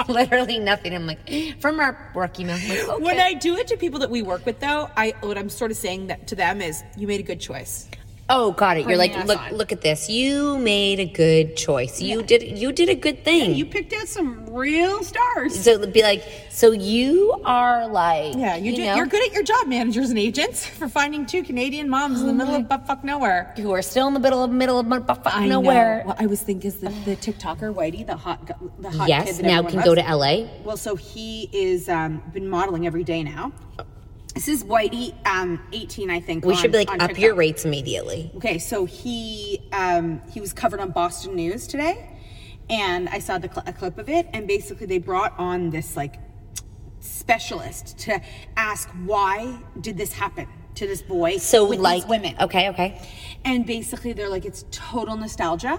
Speaker 1: Literally nothing. I'm like from our work email. I'm like, okay.
Speaker 3: When I do it to people that we work with, though, I what I'm sort of saying that to them is, you made a good choice.
Speaker 1: Oh, got it. You're like,
Speaker 3: Bring that
Speaker 1: look,
Speaker 3: on.
Speaker 1: look at this. You made a good choice. You did, you did a good thing.
Speaker 3: You picked out some real stars.
Speaker 1: so it'd be like, so you are like,
Speaker 3: Yeah, you, do,
Speaker 1: know,
Speaker 3: you're good at your job, managers and agents, for finding two Canadian moms
Speaker 1: Oh
Speaker 3: in the middle of buttfuck nowhere.
Speaker 1: who are still in the middle of middle of motherfucking
Speaker 3: I know.
Speaker 1: nowhere.
Speaker 3: What I was thinking is the, the TikToker Whitey, the hot, gu- the hot
Speaker 1: Yes,
Speaker 3: kid that
Speaker 1: now
Speaker 3: everyone
Speaker 1: can go
Speaker 3: loves.
Speaker 1: to LA.
Speaker 3: Well, so he is um, been modeling every day now. This is Whitey, um, 18, I think.
Speaker 1: We
Speaker 3: on-
Speaker 1: should be like
Speaker 3: on
Speaker 1: up your
Speaker 3: TikTok.
Speaker 1: rates immediately.
Speaker 3: Okay, so he um, he was covered on Boston News today, and I saw the cl- a clip of it, and basically they brought on this like specialist to ask why did this happen to this boy
Speaker 1: So
Speaker 3: with
Speaker 1: like
Speaker 3: these women,
Speaker 1: Okay, okay.
Speaker 3: and basically they're like it's total nostalgia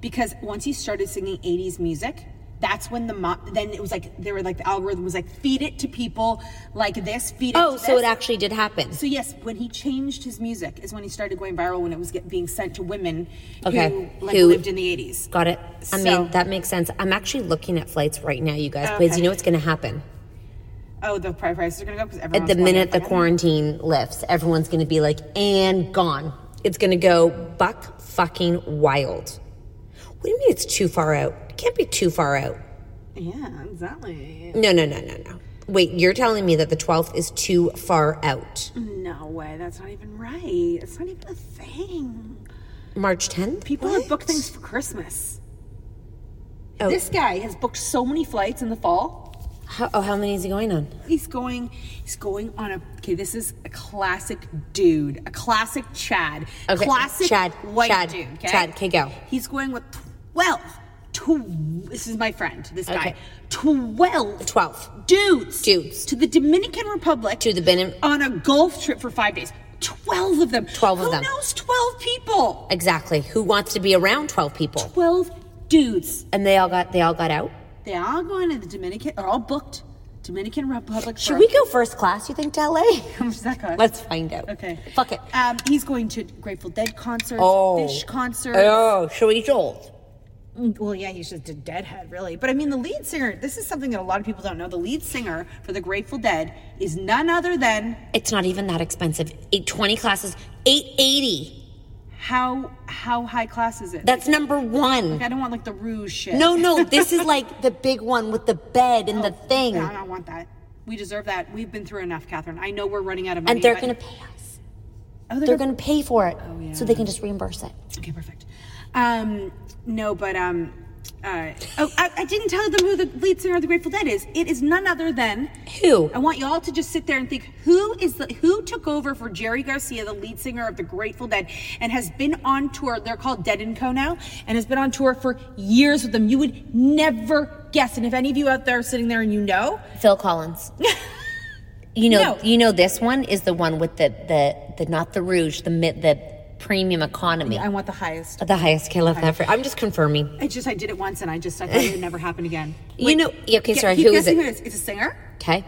Speaker 3: because once he started singing 80s music. that's when the mo- then it was like they were like the algorithm was like feed it to people like this feed it
Speaker 1: Oh,
Speaker 3: to
Speaker 1: so
Speaker 3: this.
Speaker 1: it actually did happen.
Speaker 3: so yes when he changed his music is when he started going viral when it was get, being sent to women
Speaker 1: Okay.
Speaker 3: who like
Speaker 1: Who-
Speaker 3: lived in the 80s
Speaker 1: Got it. I
Speaker 3: So-
Speaker 1: mean, that makes sense. I'm actually looking at flights right now, you guys, because
Speaker 3: Oh, Okay.
Speaker 1: you know what's going to happen.
Speaker 3: oh the pri- prices are gonna go because
Speaker 1: At
Speaker 3: everyone's
Speaker 1: the
Speaker 3: going
Speaker 1: minute the
Speaker 3: up again.
Speaker 1: quarantine lifts, everyone's going to be like, and gone. It's going to go buck fucking wild. What do you mean it's too far out? It can't be too far out.
Speaker 3: yeah exactly
Speaker 1: No, no, no, no, no. Wait, you're telling me that the 12th is too far out?
Speaker 3: no way that's not even right it's not even a thing Mm-hmm.
Speaker 1: March 10th?
Speaker 3: People have booked things for Christmas.
Speaker 1: Oh.
Speaker 3: This guy has booked so many flights in the fall.
Speaker 1: How, oh, how many is he going on?
Speaker 3: He's going. He's going on a. Okay, this is a classic dude, a classic Chad,
Speaker 1: Okay,
Speaker 3: classic
Speaker 1: Chad,
Speaker 3: white
Speaker 1: Chad,
Speaker 3: dude. Okay?
Speaker 1: Chad, okay, go.
Speaker 3: He's going with twelve. Tw- this is my friend. This guy.
Speaker 1: Okay.
Speaker 3: Twelve.
Speaker 1: Twelve
Speaker 3: dudes.
Speaker 1: Dudes.
Speaker 3: to the Dominican Republic.
Speaker 1: To the Benin.
Speaker 3: on a golf trip for five days. Twelve of them. Twelve
Speaker 1: of
Speaker 3: Who
Speaker 1: them.
Speaker 3: Who knows twelve people?
Speaker 1: Exactly. Who wants to be around 12 people?
Speaker 3: 12 dudes.
Speaker 1: And they all got they all got out?
Speaker 3: They all going to the Dominican. They're all booked. Dominican Republic.
Speaker 1: Should we go first class, you think, to LA?
Speaker 3: How much does that cost?
Speaker 1: Let's find out.
Speaker 3: Okay.
Speaker 1: Fuck it.
Speaker 3: Um, he's going to Grateful Dead concerts,
Speaker 1: Oh.
Speaker 3: Fish concerts.
Speaker 1: Oh, Sheree Joel.
Speaker 3: Well, yeah, he's just a Deadhead, really. But I mean, the lead singer. This is something that a lot of people don't know. The lead singer for the Grateful Dead is none other than
Speaker 1: It's not even that expensive. Eight twenty classes, 880.
Speaker 3: how how high class is it?
Speaker 1: That's number one.
Speaker 3: Like, I don't want like the rouge shit.
Speaker 1: No, no, this is like the big one with the bed and the thing.
Speaker 3: I don't want that. We deserve that. We've been through enough, Catherine. I know we're running out of money.
Speaker 1: And they're
Speaker 3: but-
Speaker 1: going to pay us.
Speaker 3: Oh,
Speaker 1: they're going to pay for it so they can just reimburse it.
Speaker 3: Okay, perfect. Um, no, but um, uh, oh, I, I didn't tell them who the lead singer of the Grateful Dead is. It is none other than
Speaker 1: Who?
Speaker 3: I want you all to just sit there and think who is the who took over for Jerry Garcia, the lead singer of the Grateful Dead, and has been on tour. They're called Dead and Co now, and has been on tour for years with them. You would never guess. And if any of you out there are sitting there and you know,
Speaker 1: Phil Collins. you know,
Speaker 3: No.
Speaker 1: you know, this one is the one with the the, the not the rouge, the mid, the premium economy.
Speaker 3: I want the highest.
Speaker 1: the highest. Okay, I love that. For, I'm just confirming.
Speaker 3: I just I did it once, and I just I thought it would never happen again.
Speaker 1: You
Speaker 3: Wait,
Speaker 1: know- yeah, okay,
Speaker 3: get-
Speaker 1: sorry,
Speaker 3: keep
Speaker 1: who is
Speaker 3: guessing
Speaker 1: it?
Speaker 3: Who it is. It's a singer.
Speaker 1: Okay.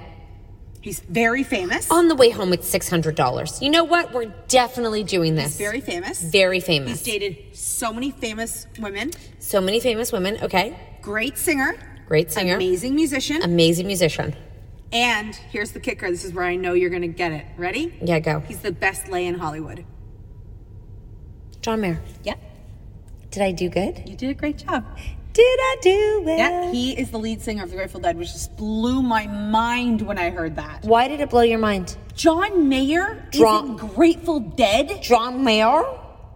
Speaker 3: He's very famous.
Speaker 1: On the way home, it's six hundred dollars. You know what? We're definitely doing this.
Speaker 3: He's very famous.
Speaker 1: Very
Speaker 3: He's
Speaker 1: famous.
Speaker 3: dated so many famous women.
Speaker 1: So many famous women. Okay,
Speaker 3: Great singer,
Speaker 1: great singer,
Speaker 3: amazing musician,
Speaker 1: amazing musician.
Speaker 3: and here's the kicker. This is where I know you're gonna get it. Ready?
Speaker 1: Yeah, go.
Speaker 3: He's the best lay in Hollywood.
Speaker 1: John Mayer.
Speaker 3: Yep.
Speaker 1: Did I do good?
Speaker 3: You did a great job.
Speaker 1: Did I do well?
Speaker 3: Yeah, he is the lead singer of the Grateful Dead, which just blew my mind when I heard that.
Speaker 1: Why did it blow your mind?
Speaker 3: John Mayer
Speaker 1: Drunk.
Speaker 3: is in Grateful Dead.
Speaker 1: John Mayer.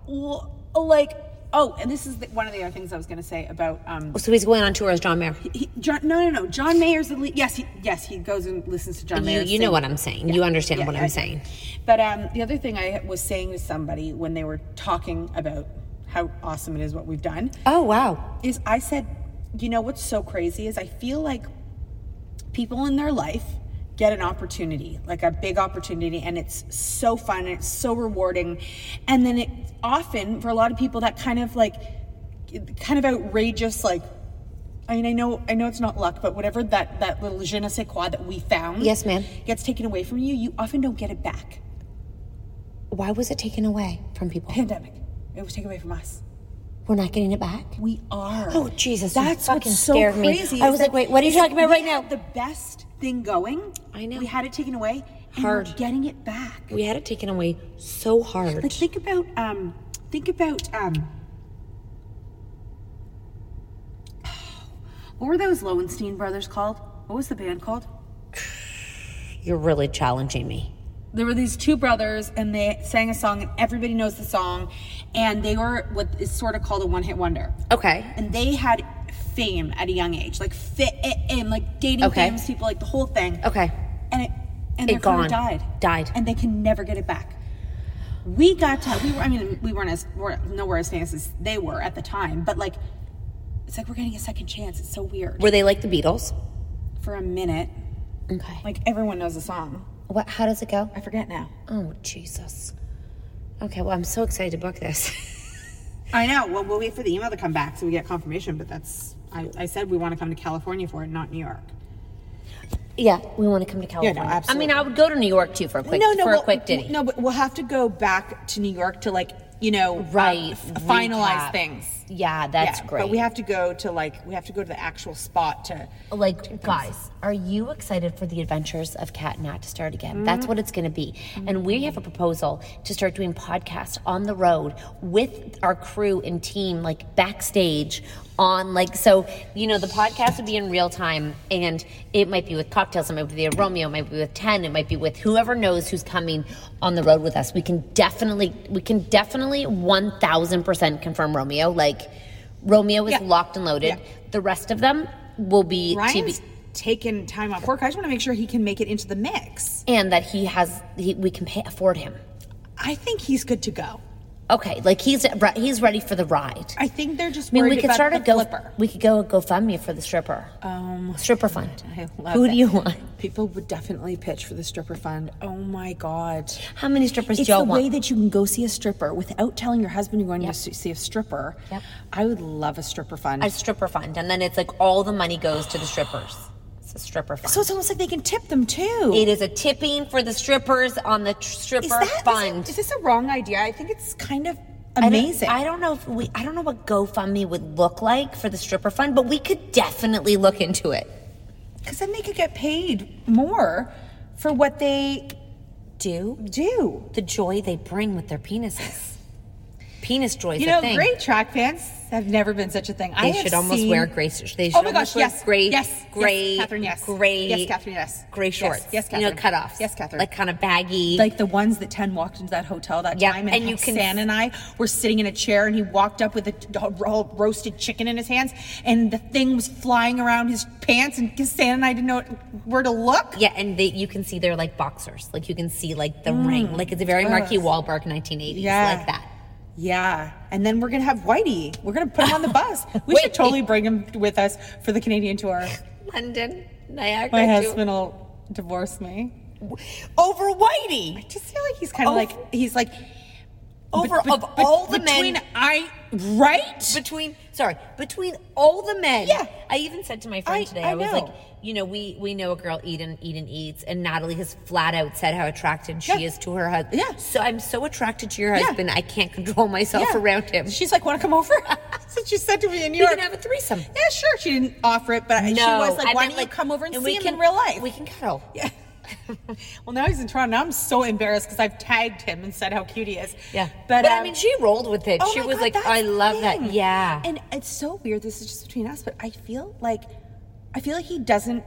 Speaker 3: Well, like, oh, and this is the, one of the other things I was gonna say about um,
Speaker 1: So he's going on tour as John Mayer.
Speaker 3: he, John, no, no, no. John Mayer's the lead. Yes, he, yes, he goes and listens to John
Speaker 1: You,
Speaker 3: Mayer.
Speaker 1: you
Speaker 3: sing.
Speaker 1: know what I'm saying. you understand
Speaker 3: yeah,
Speaker 1: what
Speaker 3: yeah,
Speaker 1: I'm
Speaker 3: yeah.
Speaker 1: saying.
Speaker 3: But um, the other thing I was saying to somebody when they were talking about how awesome it is what we've done
Speaker 1: Oh wow.
Speaker 3: is I said, you know what's so crazy is I feel like people in their life get an opportunity, like a big opportunity, and it's so fun and it's so rewarding. And then it often, for a lot of people, that kind of like, kind of outrageous, like, I mean, I know, I know it's not luck, but whatever that that little je ne sais quoi that we found,
Speaker 1: Yes, ma'am.
Speaker 3: gets taken away from you, you often don't get it back.
Speaker 1: Why was it taken away from people?
Speaker 3: Pandemic, it was taken away from us.
Speaker 1: We're not getting it back.
Speaker 3: We are.
Speaker 1: Oh, Jesus, you
Speaker 3: That's
Speaker 1: fucking
Speaker 3: what's so
Speaker 1: scared me.
Speaker 3: crazy.
Speaker 1: I
Speaker 3: is
Speaker 1: was like,
Speaker 3: that-
Speaker 1: wait, what are you
Speaker 3: is that
Speaker 1: talking about
Speaker 3: we
Speaker 1: right now?
Speaker 3: had The best thing going.
Speaker 1: I know.
Speaker 3: We had it taken away. And We're
Speaker 1: Hard.
Speaker 3: getting it back.
Speaker 1: We had it taken away so hard.
Speaker 3: Like think about um think about um what were those Lowenstein brothers called? What was the band called?
Speaker 1: You're really challenging me.
Speaker 3: There were these two brothers and they sang a song and everybody knows the song and they were what is sort of called a one hit wonder.
Speaker 1: Okay.
Speaker 3: and they had fame at a young age, like fit and like dating
Speaker 1: Okay.
Speaker 3: famous people, like the whole thing.
Speaker 1: Okay.
Speaker 3: And it and
Speaker 1: It
Speaker 3: their career
Speaker 1: gone.
Speaker 3: died,
Speaker 1: Died.
Speaker 3: and they can never get it back. We got to. We were. I mean, we weren't as we're nowhere as famous as they were at the time, but like, it's like we're getting a second chance. It's so weird.
Speaker 1: Were they like the Beatles?
Speaker 3: For a minute,
Speaker 1: Okay.
Speaker 3: like everyone knows the song.
Speaker 1: What? How does it go?
Speaker 3: I forget now.
Speaker 1: Oh Jesus. Okay. Well, I'm so excited to book this.
Speaker 3: I know. Well, we'll wait for the email to come back so we get confirmation. But that's I, I said we want to come to California for it, not New York.
Speaker 1: Yeah, we want to come to California.
Speaker 3: absolutely.
Speaker 1: I mean, I would go to New York too for a quick for
Speaker 3: we'll-
Speaker 1: a quick ditty.
Speaker 3: No, but we'll have to go back to New York to like you know uh,
Speaker 1: Right,
Speaker 3: f- finalize
Speaker 1: recap.
Speaker 3: things.
Speaker 1: Yeah, that's
Speaker 3: But we
Speaker 1: great.
Speaker 3: have to go to like we have to go to the actual spot to
Speaker 1: Like, guys, are you excited for the adventures of Cat and Nat to start again? That's
Speaker 3: Mhm.
Speaker 1: what it's going to be. And we have a proposal to start doing podcasts on the road with our crew and team, like backstage on, like, so, you know, the podcast would be in real time and it might be with cocktails, it might be with Romeo, it might be with 10, it might be with whoever knows who's coming on the road with us. We can definitely, we can definitely 1000% confirm Romeo. Like, Romeo is locked and loaded. The rest of them will be
Speaker 3: Ryan's
Speaker 1: TV.
Speaker 3: taking time off work. I just want to make sure he can make it into the mix.
Speaker 1: And that he has, he, we can pay, afford him.
Speaker 3: I think he's good to go.
Speaker 1: Okay, like he's re- he's ready for the ride.
Speaker 3: I think they're just.
Speaker 1: I mean, we
Speaker 3: worried
Speaker 1: could
Speaker 3: about
Speaker 1: start
Speaker 3: the
Speaker 1: a go.
Speaker 3: flipper.
Speaker 1: We could go a GoFundMe for the stripper.
Speaker 3: Um,
Speaker 1: stripper fund.
Speaker 3: I love
Speaker 1: Who
Speaker 3: that.
Speaker 1: do you want?
Speaker 3: People would definitely pitch for the stripper fund. Oh my god!
Speaker 1: How many strippers
Speaker 3: it's
Speaker 1: do y'all
Speaker 3: the
Speaker 1: want?
Speaker 3: way that you can go see a stripper without telling your husband you're going to s- see a stripper. Yep. I would love a stripper fund.
Speaker 1: A stripper fund, and then it's like all the money goes to the strippers. It's a stripper fund.
Speaker 3: So it's almost like they can tip them too.
Speaker 1: It is a tipping for the strippers on the tr- stripper fund.
Speaker 3: Is this a wrong idea? I think it's kind of
Speaker 1: I don't-
Speaker 3: amazing.
Speaker 1: I don't, know if we I don't know what GoFundMe would look like for the stripper fund, but we could definitely look into it.
Speaker 3: because then they could get paid more for what they
Speaker 1: do.
Speaker 3: Do
Speaker 1: the joy they bring with their penises. Penis joy is
Speaker 3: You
Speaker 1: a
Speaker 3: know,
Speaker 1: thing.
Speaker 3: great track pants have never been such a thing. I
Speaker 1: They
Speaker 3: have
Speaker 1: should almost
Speaker 3: seen-
Speaker 1: wear gray. They should
Speaker 3: oh my gosh!
Speaker 1: almost wear
Speaker 3: Yes,
Speaker 1: gray.
Speaker 3: Yes, yes,
Speaker 1: gray.
Speaker 3: Catherine. Yes,
Speaker 1: gray.
Speaker 3: Yes, Catherine. Yes,
Speaker 1: Gray
Speaker 3: Yes,
Speaker 1: shorts.
Speaker 3: Yes,
Speaker 1: You know,
Speaker 3: Catherine.
Speaker 1: cutoffs.
Speaker 3: Yes, Catherine.
Speaker 1: Like kind of baggy.
Speaker 3: Like the ones that Ten walked into that hotel that time, and,
Speaker 1: and you
Speaker 3: you
Speaker 1: can-
Speaker 3: San and I were sitting in a chair, and he walked up with a t- raw roasted chicken in his hands, and the thing was flying around his pants, and San and I didn't know where to look.
Speaker 1: Yeah, and they, you can see they're like boxers. Like you can see like the
Speaker 3: Mm.
Speaker 1: ring. Like it's a very Marky
Speaker 3: Ugh.
Speaker 1: Wahlberg 1980s.
Speaker 3: Yeah.
Speaker 1: Like that.
Speaker 3: Yeah, and then we're gonna have Whitey. We're gonna put him on the bus. We should totally bring him with us for the Canadian tour.
Speaker 1: London, Niagara.
Speaker 3: My
Speaker 1: too.
Speaker 3: husband will divorce me
Speaker 1: over Whitey. I
Speaker 3: just feel like he's kind of
Speaker 1: Over-
Speaker 3: like he's like
Speaker 1: over
Speaker 3: bet-
Speaker 1: of
Speaker 3: bet-
Speaker 1: all the
Speaker 3: between
Speaker 1: men.
Speaker 3: I right
Speaker 1: between sorry between all the men. Yeah, I even said to my friend today. I,
Speaker 3: I
Speaker 1: was
Speaker 3: know.
Speaker 1: like, you know, we we know a girl Eden Eden eats, and Natalie has flat out said how attracted she is to her husband. Yeah, so I'm so attracted to your husband, I can't control myself
Speaker 3: Yeah.
Speaker 1: around him.
Speaker 3: She's like, want to come over? so she said to me in New
Speaker 1: We
Speaker 3: York,
Speaker 1: can have a threesome.
Speaker 3: Yeah, sure. She didn't offer it, but I- she
Speaker 1: No,
Speaker 3: was like,
Speaker 1: I
Speaker 3: why
Speaker 1: meant,
Speaker 3: don't
Speaker 1: like,
Speaker 3: you come over and,
Speaker 1: and we
Speaker 3: see him
Speaker 1: can-
Speaker 3: in real life? We
Speaker 1: can cuddle.
Speaker 3: Yeah. well, now he's in Toronto. Now I'm so embarrassed because I've tagged him and said how cute he is.
Speaker 1: Yeah,
Speaker 3: But,
Speaker 1: but, I
Speaker 3: um,
Speaker 1: mean, she rolled with it.
Speaker 3: oh
Speaker 1: she
Speaker 3: my
Speaker 1: was
Speaker 3: God,
Speaker 1: like,
Speaker 3: that's
Speaker 1: I
Speaker 3: the
Speaker 1: love
Speaker 3: thing.
Speaker 1: that. Yeah,
Speaker 3: And it's so weird. This is just between us, but I feel like, I feel like he doesn't.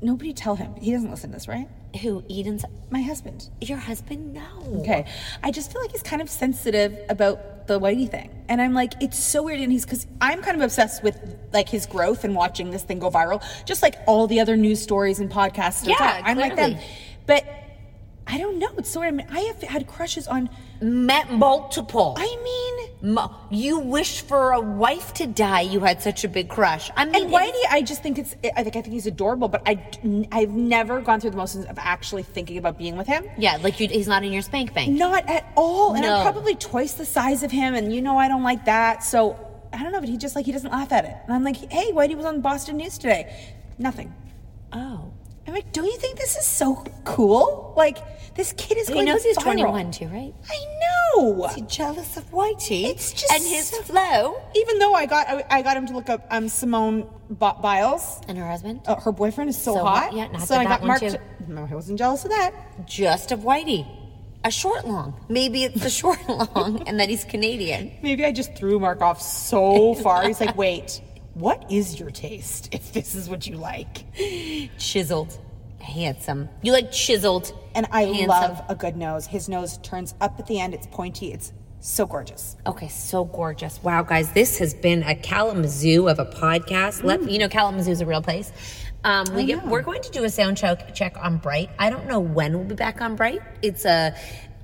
Speaker 3: Nobody tell him. He doesn't listen to this, right?
Speaker 1: Who? Eden's
Speaker 3: my husband.
Speaker 1: Your husband? No.
Speaker 3: Okay. I just feel like he's kind of sensitive about the Whitey thing. And I'm like, it's so weird. And he's because I'm kind of obsessed with like his growth and watching this thing go viral, just like all the other news stories and podcasts. and
Speaker 1: Yeah,
Speaker 3: stuff. I'm like that.
Speaker 1: clearly.
Speaker 3: But I don't know. It's so weird. I mean, I have had crushes on
Speaker 1: met multiple.
Speaker 3: I mean,
Speaker 1: Mo- you wish for a wife to die. You had such a big crush. I mean,
Speaker 3: and Whitey, I just think it's. I think I think he's adorable, but I have never gone through the motions of actually thinking about being with him.
Speaker 1: Yeah, like you, he's not in your spank bank.
Speaker 3: Not at all. And
Speaker 1: No.
Speaker 3: I'm probably twice the size of him, and you know I don't like that. So I don't know, but he just like he doesn't laugh at it. And I'm like, hey, Whitey was on Boston News today. Nothing.
Speaker 1: Oh.
Speaker 3: I'm like, don't you think this is so cool? Like, this kid is
Speaker 1: He
Speaker 3: going
Speaker 1: knows
Speaker 3: viral.
Speaker 1: he's 21 too, right?
Speaker 3: I know. Is he
Speaker 1: jealous of Whitey?
Speaker 3: It's just
Speaker 1: And his
Speaker 3: flow. Even though I got I, I got him to look up um, Simone B- Biles
Speaker 1: and her husband.
Speaker 3: Uh, her boyfriend is so,
Speaker 1: So hot.
Speaker 3: hot.
Speaker 1: Yeah, not
Speaker 3: so
Speaker 1: that
Speaker 3: I
Speaker 1: that
Speaker 3: got
Speaker 1: one
Speaker 3: marked.
Speaker 1: too.
Speaker 3: No, I wasn't jealous of that.
Speaker 1: Just of Whitey. A short long. Maybe it's a short long and that he's Canadian.
Speaker 3: Maybe I just threw Mark off so far. He's like, wait, what is your taste if this is what you like?
Speaker 1: Chiseled. Handsome. You like chiseled.
Speaker 3: And I
Speaker 1: handsome.
Speaker 3: love a good nose. His nose turns up at the end, it's pointy, it's so gorgeous.
Speaker 1: Okay, so gorgeous. Wow, guys, this has been a Kalamazoo of a podcast. Let, you know, Kalamazoo's a real place. Um, we get, we're going to do a sound check, check on Bright. I don't know when we'll be back on Bright. It's a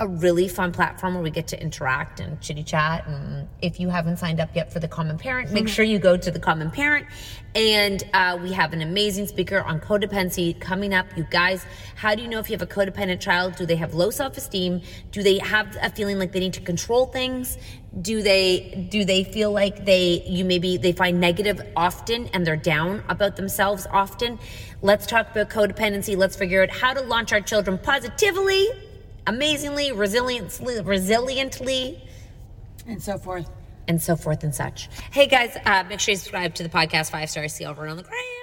Speaker 1: a really fun platform where we get to interact and chitty chat. And if you haven't signed up yet for the Common Parent, make sure you go to the Common Parent. And uh, we have an amazing speaker on codependency coming up. You guys, how do you know if you have a codependent child? Do they have low self esteem? Do they have a feeling like they need to control things? do they do they feel like they you maybe they find negative often and they're down about themselves often let's talk about codependency let's figure out how to launch our children positively amazingly resiliently resiliently
Speaker 10: and so forth
Speaker 1: and so forth and such hey guys uh, make sure you subscribe to the podcast five stars see over and on the ground